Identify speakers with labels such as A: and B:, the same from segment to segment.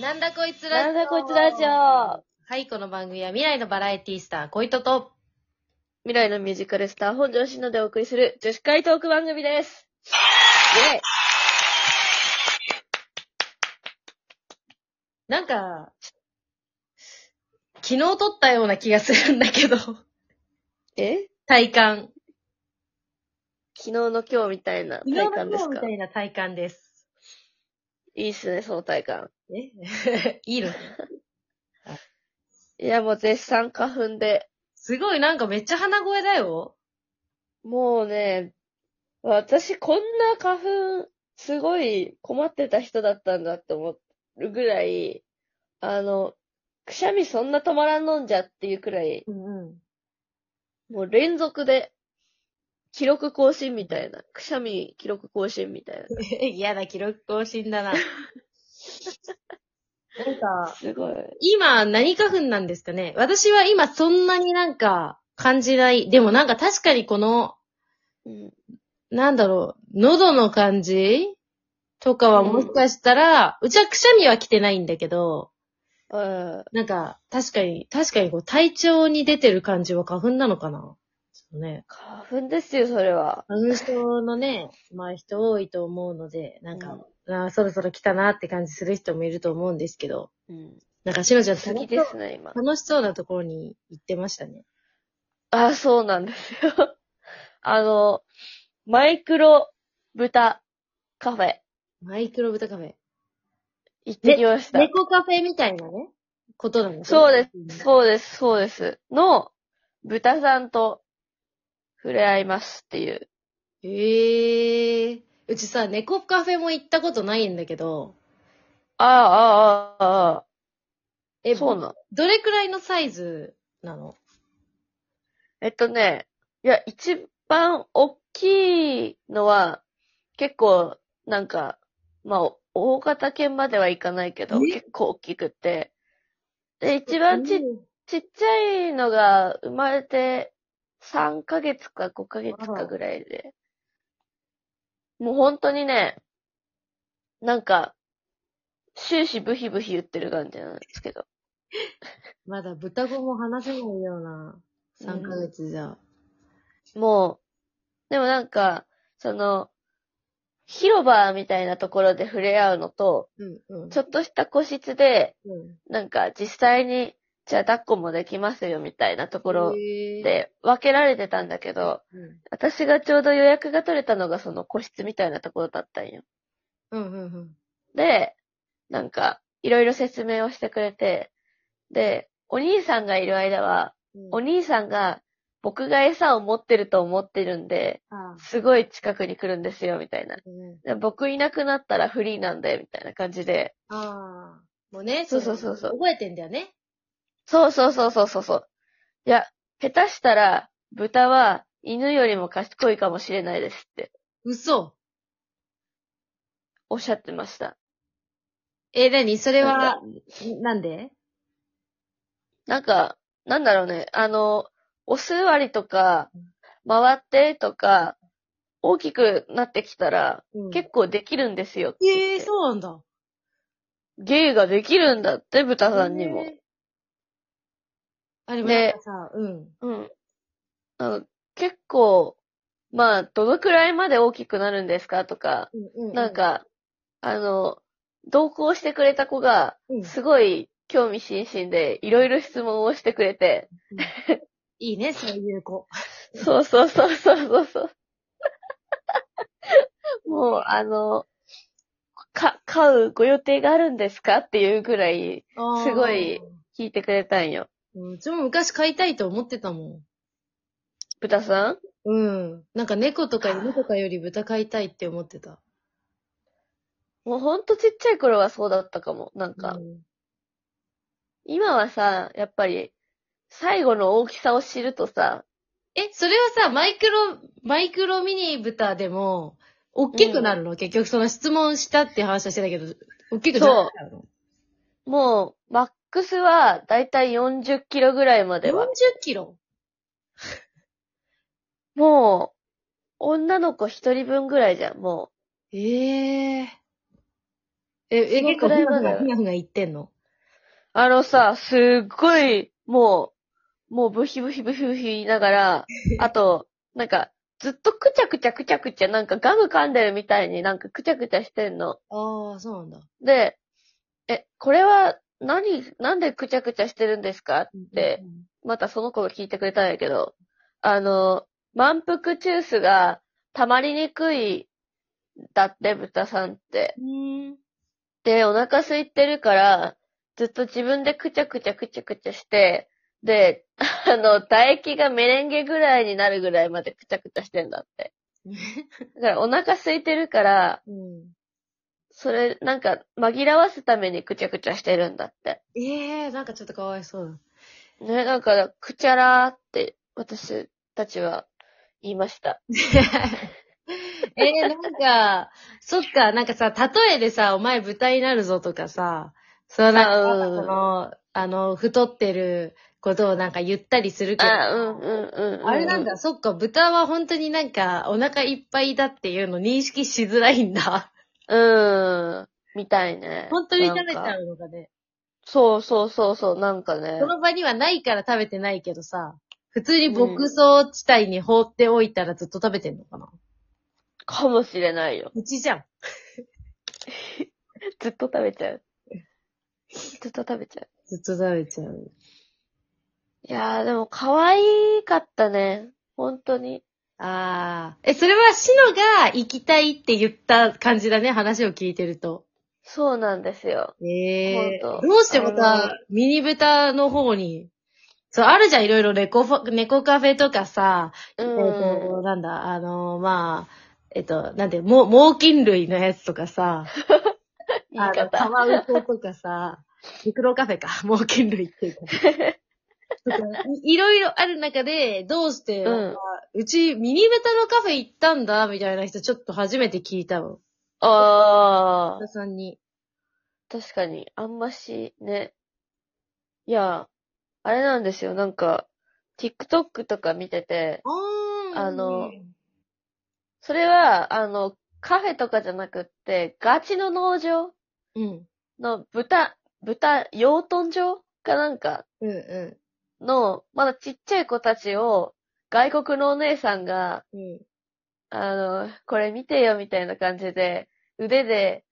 A: なんだこいつラジオ。
B: なんだこいつラジオ。
A: はい、この番組は未来のバラエティスター、こいとと。
B: 未来のミュージカルスター、本庄しのでお送りする女子会トーク番組です。イェイ
A: なんか、昨日撮ったような気がするんだけど、
B: え
A: 体感。
B: 昨日の今日みたいな体感で
A: 昨日の今
B: す
A: 日み
B: か
A: たいな体感です。
B: いいっすね、その体感。
A: え いいの
B: いや、もう絶賛花粉で。
A: すごい、なんかめっちゃ鼻声だよ。
B: もうね、私こんな花粉、すごい困ってた人だったんだって思うぐらい、あの、くしゃみそんな止まらんのんじゃっていうくらい、
A: うんうん。
B: もう連続で、記録更新みたいな。くしゃみ記録更新みたい
A: 嫌だ、記録更新 だな。なん
B: な。
A: か、
B: すごい。
A: 今何花粉なんですかね私は今そんなになんか感じない。でもなんか確かにこの、
B: うん。
A: なんだろう、喉の感じとかはもしかしたら、うちはくしゃみは来てないんだけど、
B: あ
A: なんか、確かに、確かにこう、体調に出てる感じは花粉なのかなそうね。
B: 花粉ですよ、それは。
A: 花粉症のね、まあ人多いと思うので、なんか、あーそろそろ来たなって感じする人もいると思うんですけど、
B: うん。
A: なんかしのちゃん楽し
B: 次
A: そ
B: で
A: う
B: すね、今。
A: 楽しそうなところに行ってましたね。
B: あ、そうなんですよ。 あの、マイクロ豚カフェ
A: マイクロ豚カフェ。
B: 行ってきました。
A: 猫カフェみたいなね、ことなんです
B: そうです、。そうです、そうです。の、豚さんと触れ合いますっていう。
A: ええー。うちさ、猫カフェも行ったことないんだけど、
B: ああ、ああ、ああ、あ
A: え、
B: あ。そうなん。
A: どれくらいのサイズなの
B: えっとね、いや、一番大きいのは、結構、なんか、まあ、お大型犬まではいかないけど、
A: え
B: 結構大きくって。で、一番ち、ちっちゃいのが生まれて3ヶ月か5ヶ月かぐらいで。もう本当にね、なんか、終始ブヒブヒ言ってる感じなんですけど。
A: まだ豚語も話せないような3ヶ月じゃ。
B: もう、でもなんか、その、広場みたいなところで触れ合うのと、
A: うん、うん。
B: ちょ
A: ょっ
B: っとした個室で、
A: と、
B: なんか実際に、じゃあ抱っこもできますよみたいなところ
A: えー、
B: で分けられてたんだけど、
A: うん、
B: 私がちょうど予約が取れたのがその個室みたいなところだったんよ。
A: うん、うんうん。
B: で、なんか、いろいろ説明をしてくれて、で、お兄さんがいる間は、
A: うん
B: お兄さんが僕が餌を持ってると思ってるんで、
A: あ
B: すごい近くに来るんですよ、みたいな。
A: うん
B: で僕いなくなったらフリーなんで、みたいな感じで。
A: あー。もうね、
B: そうそうそうそう
A: 覚えてんだよね。
B: そうそうそうそうそうそう。いや、下手したら、豚は犬よりも賢いかもしれないですって
A: 嘘。
B: おっしゃってました。
A: えー、何それ
B: なん
A: は
B: か、
A: なんで
B: なんか、なんだろうね、あの、お座りとか、回ってとか、大きくなってきたら、結構できるんですよって言って
A: ええー、そうなんだ。
B: 芸ができるんだって、豚さんにも。
A: えー。あれ、でも
B: で
A: なんかさ、うん。
B: うん。あの、結構、まあ、どのくらいまで大きくなるんですかとか、
A: うんう
B: なん、か、あの、同行してくれた子が、
A: うん
B: すごい興味津々で、いろいろ質問をしてくれて、
A: いいね、そういう子。
B: そうそうそうそうそうそう。もう、あの、か、買うご予定があるんですかっていうぐらい
A: あー
B: すごい。聞いてくれたん
A: う
B: よ。
A: んうちも昔飼いたいと思ってたも
B: 豚さん
A: ん。うん。なんか猫とか犬とかより豚飼いたいって思ってた。
B: もうほんとちっちゃい頃はそうだったかも。なんか、
A: うん
B: 今はさ、やっぱり、最後の大きさを知るとさ、
A: え、それはさ、マイクロ、マイクロミニ豚でも、大きくなるの、結局その質問したって話はしてたけど、大きくなるの
B: もう、マックスはだいたい40キロぐらいまで
A: ?40
B: は。
A: キロ
B: もう、女の子一人分ぐらいじゃん、もう。
A: えええ、え、
B: その
A: 結構
B: く
A: ふ
B: らい
A: や
B: ま
A: ふ
B: で
A: や、ふやふや言ってんの
B: あのさ、すっごい、もう、もうブヒブヒブヒブヒ言いながら、あと、なんか、ずっとくちゃくちゃくちゃくちゃ、なんかガム噛んでるみたいになんかくちゃくちゃしてんの。
A: ああ、そうなんだ。
B: で、え、これは何、なんでくちゃくちゃしてるんですかって、またその子が聞いてくれたんやけど、あの、満腹ジュースが溜まりにくい、だって、豚さんって。
A: うん。
B: で、お腹空いてるから、ずっと自分でくちゃくちゃくちゃくちゃして、で、あの、唾液がメレンゲぐらいになるぐらいまでくちゃくちゃしてんだって。だからお腹空いてるから、
A: うん。
B: それ、なんか、紛らわすためにくちゃくちゃしてるんだって。
A: ええー、なんかちょっとかわい そう
B: ね、だから、くちゃらーって、私たちは言いました。
A: だ。ええー、なんか、そっか、なんかさ、例えでさ、お前豚になるぞとかさ、そうなん
B: あ
A: か、
B: うん
A: その、あの、太ってることをなんか言ったりするけど。
B: あ、うん、うん、うん。
A: あれなんだ、そっか、豚は本当になんか、お腹いっぱいだっていうの認識しづらいん だ。
B: うん。みたいね。
A: 本当に食べち
B: なん
A: ゃ
B: か
A: うのかね。
B: そうそうそうそう、なんかね
A: そ。の場にはないから食べてないけどさ、普通に牧草地帯に放っておいたらずっと食べてんのかな。
B: かもしれないよ。
A: うちじゃん。
B: ずっと食べちゃ う。ずっと食べちゃう。
A: ずっと食べちゃう。
B: いやーでも可愛かったね。本当に。
A: あー。え、それはシノが行きたいって言った感じだね、話を聞いてると。
B: そうなんですよ。
A: ええ
B: ほんと
A: どうしてま
B: あ
A: た、ミニ豚の方に、そう、あるじゃん、いろいろ猫ファ、猫カフェとかさ、
B: う
A: えっ、
B: ん。
A: と、なんだ、あのまあ、えっ、と、なんて、も、猛禽類のやつとかさ、
B: 言い
A: あの、
B: 方
A: カ。ワウソとか さ、ミクロカフェか、猛禽類っていうか。とかいいろいろある中で、どうして、
B: う。
A: うんち、ミニ豚のカフェ行ったんだ、みたいな人、ちょっと初めて聞いたの。
B: あ
A: 田さんに。
B: ー、確かに。あんまし、ね。いや、あれなんですよ。なんか、TikTok とか見てて、
A: あ
B: ーそれは、あの、カフェとかじゃなくって、ガチの農場
A: うん。
B: の豚、豚、養豚場かなんか
A: うんうん。
B: の、まだちっちゃい子たちを、外国のお姉さんが、
A: うん。
B: あの、これ見てよみたいな感じで、腕で、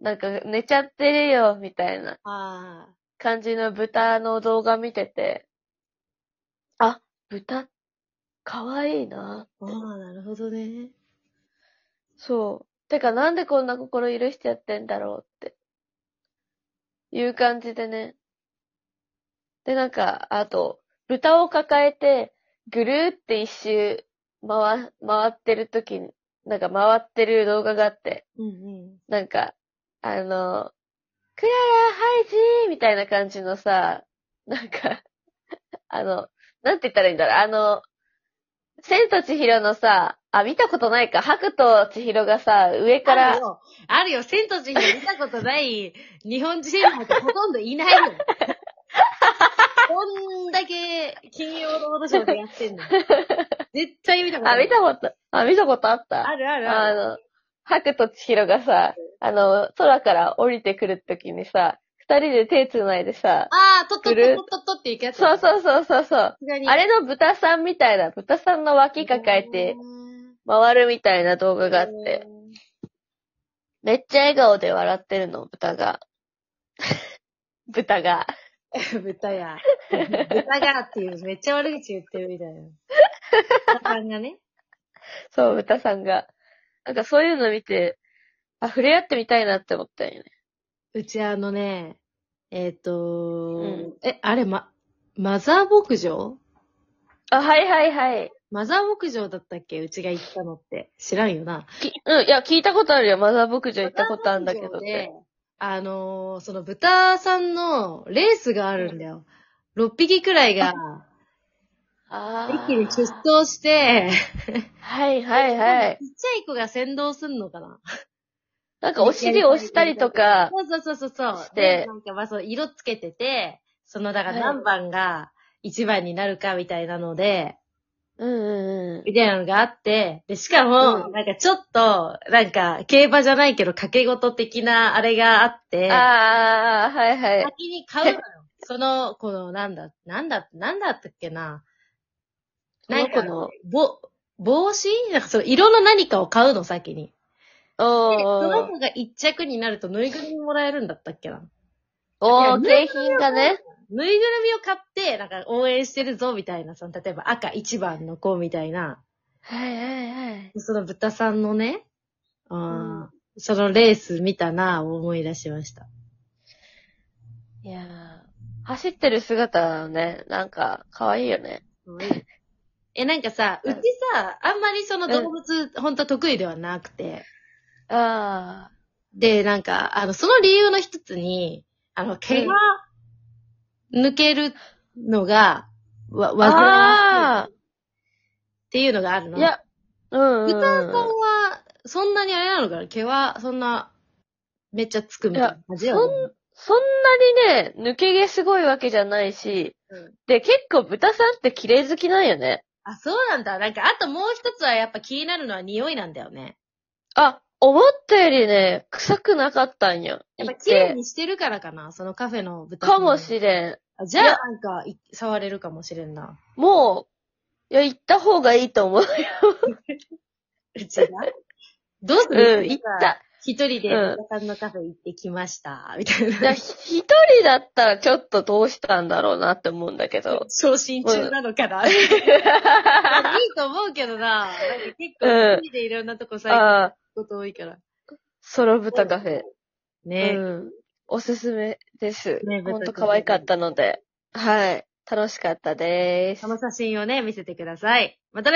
B: なんか寝ちゃってるよみたいな
A: ああ。
B: 感じの豚の動画見てて、あ、豚、かわいい
A: あ
B: なって。
A: あ、なるほどね。
B: そう。てかなんでこんな心許しちゃってんだろうって。いう感じでね。で、なんか、あと、豚を抱えて、ぐるーって一周回、回ってる時に、なんか回ってる動画があって、
A: うんうん。
B: なんか、あの、クララ、ハイジーみたいな感じのさ、なんか、あの、なんて言ったらいいんだろう、あの、千と千尋のさ、あ、見たことないか、白と千尋がさ、上か
A: ある
B: ら、
A: よ、あるよ、千と千尋見たことない日本人なんてほとんどいないの よ。こんだけ金曜ロードショーでやってんの。 絶対見たこと
B: あ、
A: ない。
B: 見たこと、あ、見たことあった
A: あるあるあ
B: あ
A: る。
B: の、白と千尋がさ、あの、空から降りてくるときにさ、二人で手繋いでさ、
A: ああ、とっとっ
B: ぐる
A: とっとっとっていくやつ。
B: そう
A: う。
B: そうそうそうそう、あ
A: あ
B: れの豚さんみたいな、豚さんの脇抱えて、回るみたいな動画があって、。めっちゃ笑顔で笑ってるの、豚が。 豚が。
A: 豚や。豚がっていう、めっちゃ悪口言ってるみたいな。豚さんがね。
B: そう、豚さんが。なんかそういうの見て、あ、触れ合ってみたいなって思ったよね。
A: うちあのね、えっ、と
B: ん
A: え、あれ、ま、マザー牧場
B: あ、はいはいはい。
A: マザー牧場だったっけうちが行ったのって。知らんよな。
B: きうん、いや、聞いたことあるよ。マザー牧場行ったことあるんだけど
A: マ
B: っ
A: ザー牧
B: て。
A: 場であのーその豚さんのレースがあるんだよ。6匹くらいが、
B: あ
A: 一
B: あ。
A: 気に出走して、
B: はいはいはい。
A: ちっちゃい子が先導すんのかな
B: なんかお尻押したりとか、
A: そうそうそうそうそう。
B: して
A: でなんかまあそう、色つけてて、そのだから
B: はい
A: 何番が一番になるかみたいなので、
B: うんうんううん。
A: みたいなのがあって、で、しかも、
B: うん
A: なんかちょっと、なんか、競馬じゃないけど、掛け事的なあれがあって、
B: ああ、はいはい。
A: 先に買う のよ。その、この、なんだ、なんだ、なんだったっけな。なんか
B: その子の、
A: ぼ、帽子なんかその色の何かを買うの、先に。で
B: お
A: その
B: ー
A: 子が一着になるとぬいぐるみもらえるんだったっけな。
B: おー、景品がね。
A: ぬいぐるみを買って、なんか応援してるぞ、みたいな、その、例えば赤一番の子みたいな、
B: はいはいはい。
A: その豚さんのね、あー
B: うん
A: そのレース見たな、思い出しました。
B: いやー、走ってる姿ね、なんか、可愛いよね。
A: え、なんかさ、う
B: うん
A: ちさ、あんまりその動物、ほんと得意ではなくて、
B: あ
A: で、なんか、あの、その理由の一つに、あの、毛が抜けるのが、わ、
B: ー。
A: わざわしいっ
B: あ
A: ていうのがある
B: ー
A: の。
B: いや、うん、うん。
A: 豚さんは、そんなにあれなのかな毛は、そんな、めっちゃつくみたいな感じだよね。
B: そんなにね、抜け毛すごいわけじゃないし、
A: うん
B: で、結構豚さんって綺麗好きなんよね。
A: あ、そうなんだ。なんか、あともう一つはやっぱ気になるのは匂いなんだよね。
B: あ、思ったよりね、臭くなかったんよ。
A: やっぱ
B: 行て
A: 綺麗にしてるからかな、そのカフェの豚さん
B: かもしれん。
A: あじゃあ
B: いや
A: なんか、い触れるかもしれんな。
B: もう、いや、行った方がいいと思う。
A: うちが。 どうする
B: うん、行った。。
A: 一人で
B: うん
A: 豚さんのカフェ行ってきました、みたい
B: いや、
A: な。
B: ひ一人だったらちょっとどうしたんだろうなって思うんだけど。
A: 昇進中なのか な。いいと思うけどな。なんか結構
B: うん
A: 一人でいろんなとこ最近行く
B: ああ、
A: こと多いから。
B: ソロ豚カフェ。
A: ね
B: うん。おすすめです。
A: ね豚カ
B: ほん
A: フェ
B: と可愛かったので。はい。楽しかったでーす。
A: その写真をね、見せてください。またね